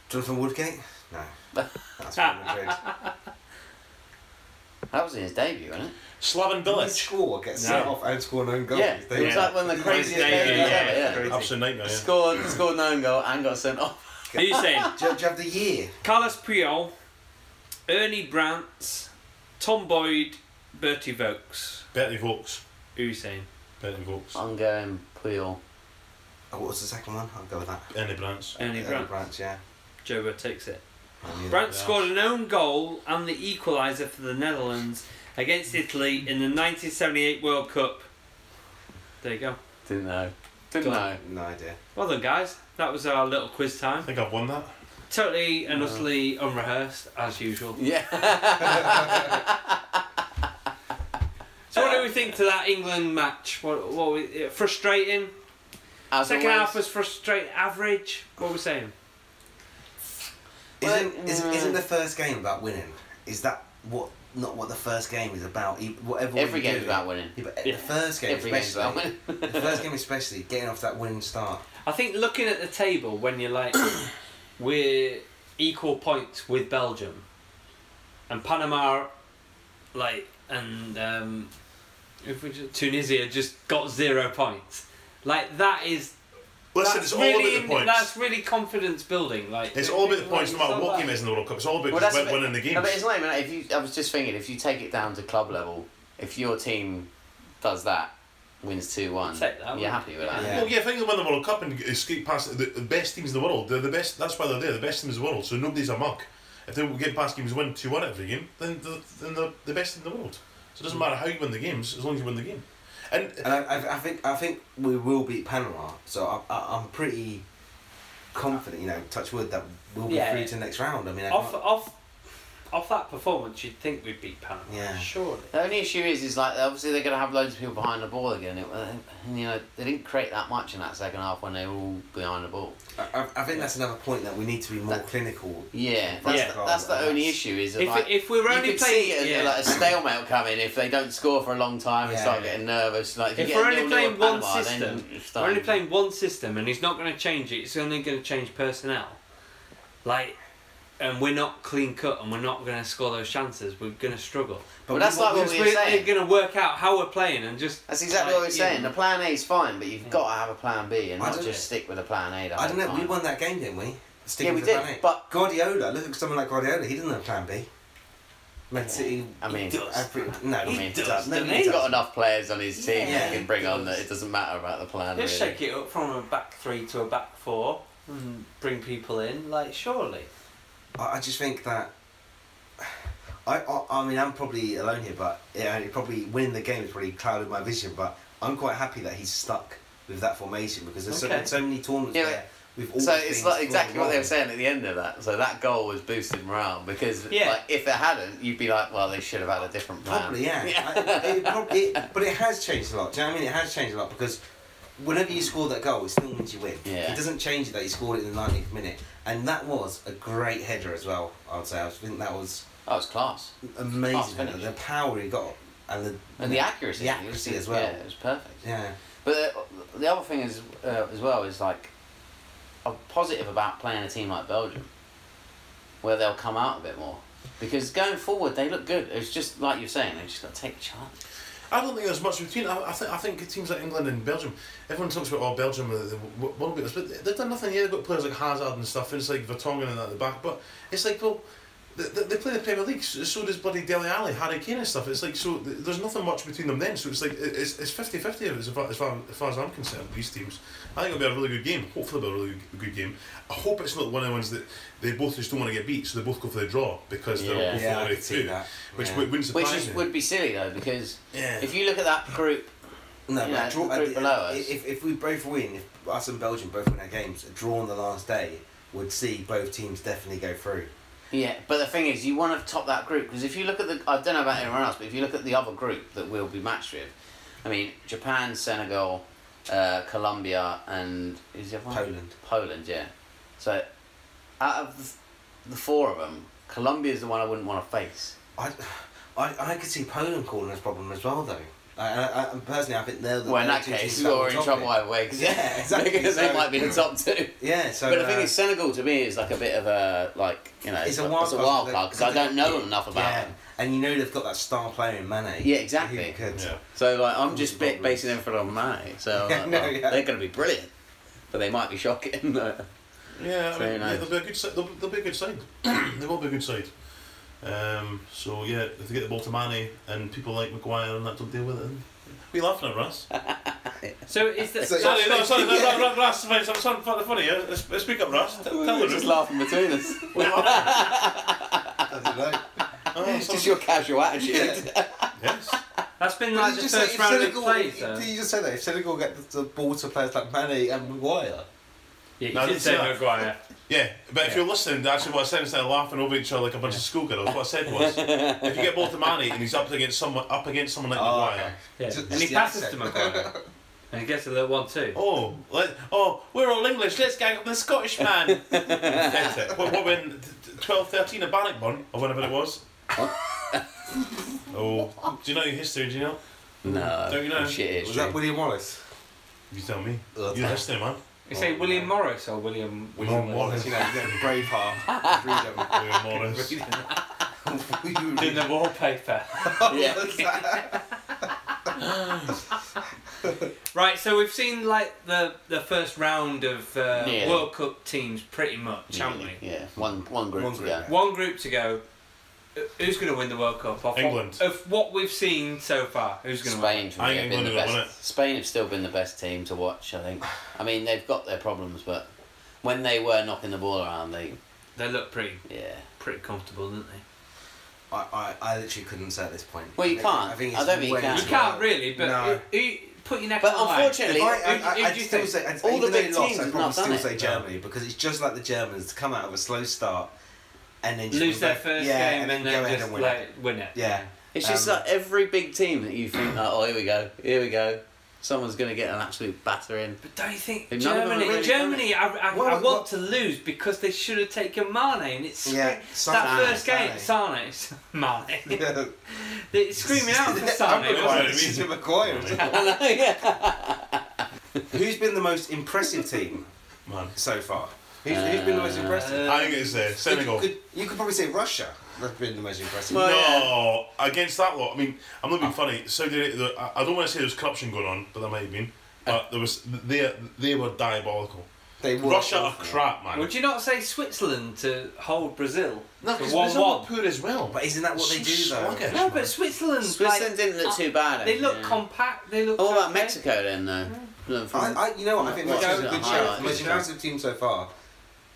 Jonathan Woodgate? (laughs) No. That's Real Madrid. That was in his debut, wasn't it? Slaven Did he Bilic. score, get sent No. off, and score an own goal? yeah. They- It was like one of the craziest Yeah, games yeah, yeah, ever. Yeah. crazy. Absolute nightmare. Yeah. Scored, scored an own goal and got sent off. Who are you saying? Do you, do you have the year? Carlos Puyol, Ernie Brantz, Tom Boyd, Bertie Vokes. Bertie Vokes. Who are you saying? Bertie Vokes. I'm going Puyol. Oh, what was the second one? I'll go with that. Ernie Brantz. Ernie Yeah, Brantz. Branch, yeah. Joe takes it. I knew Brantz Yeah. scored an own goal and the equaliser for the Netherlands against Italy in the 1978 World Cup. There you go. Didn't know. Don't- Didn't know. (laughs) that. No idea. Well done, guys. That was our little quiz I time. think I've won that. Totally and utterly unrehearsed, as usual. Yeah. So, what do we think to that England match? What, what we, frustrating? As Second always. half was frustrating, average. What were we saying? Isn't, Well, isn't, mm. isn't the first game about winning? Is that what? Not what the first game is about. e- Whatever. Every you game's do. about winning. Yeah, but Yeah. The first game, Every game's especially. about winning. the first game, especially getting off that winning start. I think looking at the table when you're like, (coughs) we're equal points with Belgium, and Panama, like, and um, if we just, Tunisia just got zero points. Like that is Listen, that's it's all really about the points. that's really confidence building. Like It's all about the like, points, no matter so what bad. game it is in the World Cup. It's all about Well, just that's win- a bit- winning the games. No, but it's not even. If you, I was just thinking, if you take it down to club level, if your team does that, wins two one, Take that, you're wouldn't happy with that. Yeah. Well, yeah, if England win the World Cup and escape past the, the best teams in the world, they're the best. That's why they're there. The best teams in the world, so nobody's a muck. If they get past games, win two one every game, then the, then they're the best in the world. So it doesn't matter how you win the games, as long as you win the game. And And I, I, I think I think we will beat Panama. So I, I, I'm pretty confident, you know, touch wood that we'll be Yeah. through to the next round. I mean, I Off can't- off off that performance, you'd think we'd beat Panama. Yeah. Surely. The only issue is, is like obviously they're going to have loads of people behind the ball again. It, uh, you know, they didn't create that much in that second half when they were all behind the ball. I, I- I think that's another point that we need to be more That- clinical. Yeah, that's, Yeah. The, that's the only issue. Is that, If, like, if we were you only could playing, see it as yeah. like a stalemate coming if they don't score for a long time and Yeah. start getting nervous. if Like you get we're a only nil-nil playing at one Panama, then system, you're we're starting- only playing one system, and he's not going to change it. He's only going to change personnel. Like, and we're not clean cut, and we're not going to score those chances. We're going to struggle. But that's like what Because we were saying. We're going to work out how we're playing and just. That's exactly like, what we're you saying. know, The plan A is fine, but you've got to have a plan B and I not don't just know. stick with a plan A. The I don't whole know. We time. won that game, didn't we? Sticking Yeah, we to the did, plan eight. but- Guardiola, look at someone like Guardiola. He doesn't have Plan B. Man City. I mean, he does. no, I mean, he does. No, doesn't he (laughs) he's got does. enough players on his team Yeah. that he can bring on that it doesn't matter about the plan. Just really. shake it up from a back three to a back four and bring people in. Like, surely. I, I just think that. I, I I mean I'm probably alone here, but yeah, it probably winning the game has probably clouded my vision. But I'm quite happy that he's stuck with that formation because there's Okay. so, so many tournaments Yeah, where we've all. So it's like exactly what they were saying at the end of that. So that goal was boosted morale because Yeah. like, if it hadn't, you'd be like, well, they should have had a different plan. Probably, yeah. (laughs) I- it probably, it- but it has changed a lot. Do you know what I mean? It has changed a lot because whenever you score that goal, it still means you win. Yeah. It doesn't change that you scored it in the 90th minute. And that was a great header as well, I would say. I think that was That was class. Fast amazing. finish. the power he got and the, And the accuracy. The it was- accuracy as well. Yeah, it was perfect. Yeah. But the, the other thing is, uh, as well, is like, I'm positive about playing a team like Belgium, where they'll come out a bit more. Because going forward, they look good. It's just like you're saying, they just got to take a chance. I don't think there's much between. I, I think I think teams like England and Belgium. Everyone talks about oh Belgium are the w- world beaters, but they've done nothing yet. They've got players like Hazard and stuff, and it's like Vertonghen and that at the back. But it's like well, they, they they play the Premier League. So, so does bloody Deli Alley, Harry Kane and stuff. It's like so th- there's nothing much between them then. So it's like it- it's it's 50-50 as far as far as, far as I'm concerned. These teams. I think it'll be a really good game. Hopefully, it'll be a really good- good game. I hope it's not one of the ones that they both just don't want to get beat, so they both go for the draw because Yeah. they're both Yeah, I already could see through. that. Which Yeah. would- wouldn't Which surprise is, me. would be silly, though, because Yeah. if you look at that group, No, Yeah, but draw, the group uh, below us. If, if we both win, if us and Belgium both win our games, a draw on the last day would see both teams definitely go through. Yeah, but the thing is, you want to top that group because if you look at the, I don't know about anyone else, but if you look at the other group that we'll be matched with, I mean, Japan, Senegal, uh, Colombia, and is the other one? Poland. Poland, yeah. So, out of the, the four of them, Colombia is the one I wouldn't want to face. I, I, I could see Poland calling us problem as well though. I, I, I personally, I think they're the. well, in they're that the two case, teams that you're will in top trouble it. either way because Yeah, exactly, because (laughs) they so- might be in the top two. Yeah, so. But the uh, thing is, Senegal to me is like a bit of a like you know it's a wild card, they- because I don't know enough about yeah, them. and you know they've got that star player in Mane. Yeah, exactly. who could- Yeah. So like I'm just Problems. bit basing them from Mane, (laughs) so Yeah, like, no, well, yeah. they're going to be brilliant, but they might be shocking. (laughs) Yeah, I Very mean, nice. yeah, they'll be a good side. They'll, they'll be a good side. (clears throat) they will be a good side. Um, so yeah, if they get the ball to Mane and people like Maguire and that don't deal with it, then we laughing at Russ. So is that. So- Sorry, no, sorry, no, no, no, Russ, sorry, sorry, sorry, sorry, funny, yeah? Let's, let's speak up, Russ. Tell tell the just room. laughing between (laughs) us. I don't (laughs) know. Oh, It's just sorry. your (laughs) casual attitude. Yes. That's been But like you the just say first if round of Senegal- plays, though. You just said that if Senegal get the, the ball to players like Mane and Maguire. Yeah, you No, did it's say not. Maguire. Yeah, but if you're listening, actually, what I said instead of laughing over each other like a bunch of schoolgirls, what I said was, if you get ball to Mane and he's up against someone, up against someone like Oh, Maguire. okay. Yeah. Just- and he just the passes to accent. Maguire. and he gets a little one too. Oh, let, oh, we're all English. Let's gang up with the Scottish man. That's it. What, what when twelve thirteen at Bannockburn or whenever it was? (laughs) oh, do you know your history? Do you know? no, Don't you know? Shit, it's Was true. that William Wallace? You tell me. Uh, Your history, man. You say William Morris or William William Oh, Morris. You know, Braveheart. Freedom. William (laughs) Morris. (laughs) In the wallpaper. yeah. Right, so we've seen like the the first round of uh, Yeah. World Cup teams pretty much, haven't we? Yeah, one one group One to group, go. yeah. One group to go. Uh, Who's going to win the World Cup? Of England. What, of what we've seen so far, who's going to win? Spain for I me think have been the England will win best. Spain have still been the best team to watch. I think. I mean, they've got their problems, but when they were knocking the ball around, they They look pretty yeah. pretty comfortable, don't they? I, I, I literally couldn't say at this point. Well, you can't. I it's don't think you way can. too You can't early. really, but No. who- who- put your neck But on the line. unfortunately, If I, I, Who- who I, do would you still think? say, I'd, All the even though big they lost, teams I'd have probably not done still it. say Germany because it's just like the Germans to come out of a slow start and then just lose go- their first yeah, game and then, go just ahead and win. like, it. win it. Yeah. It's just Um, like every big team that you think, like, oh, here we go, here we go. Someone's going to get an absolute battering. But don't you think None of them Germany? have really Germany, I, I, Well, I want well- to lose because they should have taken Mane, and it's Yeah, that Sane, first game, Sane, (laughs) Mane. Yeah. They're screaming out (laughs) for (laughs) I'm Sane. wasn't required. it? It's required. I know, yeah. Who's been the most impressive team Man. so far? Who's, who's been the most impressive? I think it's uh, Senegal. You could, you could probably say Russia. That's been the most impressive. Well, No, against that lot. I mean, I'm not being funny. Saudi Arabia. I- I don't want to say there was corruption going on, but there might have been. But there was. They they were diabolical. they were Russia are awful. crap, man. Would you not say Switzerland to hold Brazil? no, to because 1-1? Brazil were poor as well. But isn't that what they do though? Sluggish. No, but Switzerland. Switzerland like, didn't uh, look too bad. They look yeah. compact. They look. What about okay. Mexico then, though? Look, from- I, I, you know what? I think Well, Mexico's a it's good a shout. highlight, Most isn't it? impressive team so far.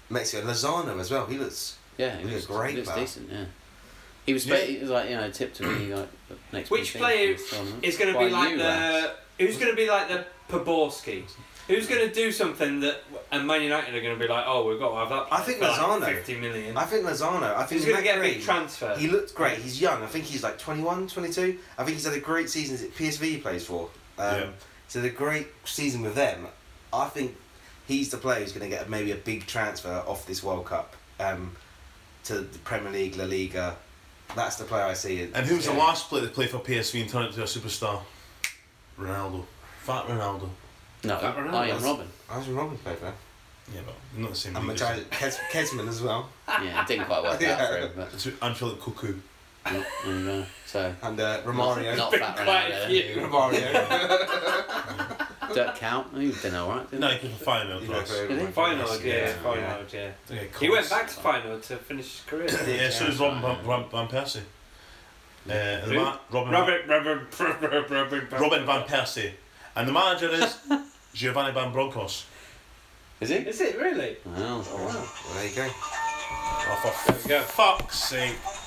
Mexico. Lozano as well. He looks. yeah, he He was was great, He was pal. decent, yeah. He was, Yeah. he was like, you know, tipped to be like the next Which big player thing for It's this tournament. going to By be like you, the. Lance. Who's going to be like the Poborski? Who's going to do something that and Man United are going to be like, oh, we've got to have that. I think for like Lozano. Fifty million. I think Lozano. I think He's going to Matt get a big Green- transfer. He looked great. He's young. I think he's like 21, 22. I think he's had a great season at PSV he plays for. Um, Yeah. He's had a great season with them. I think he's the player who's going to get maybe a big transfer off this World Cup um, to the Premier League, La Liga. That's the player I see. And who was the last player to play for PSV and turn into a superstar? Ronaldo. Fat Ronaldo. No, Fat Ronaldo. I am Robin. I was Robin played there. Yeah, but not the same. And league, is Matthias Kes- Kesman as well. Yeah, it didn't quite work out for him, but it? To- And Philip Cuckoo. no, no, no. so And uh, not, Romario. (laughs) (laughs) not fat quite a Ronaldo. few. Romario. (laughs) Don't count. He did all right. Didn't No, he? he played for Feyenoord You for know, us. for- Did he? Final, yeah, Yeah, final, yeah. yeah. Yeah, He went back to final to finish his career. (laughs) Yeah, so does Robin Van, Van, Van Persie. Uh, and the ma- Robin, Robert, Robert, Robert, Robert, Robin Van Persie. And the manager (laughs) is Giovanni Van Broncos. Is he? Is it really? Well, Well, there you go. Oh, for go. fuck's sake.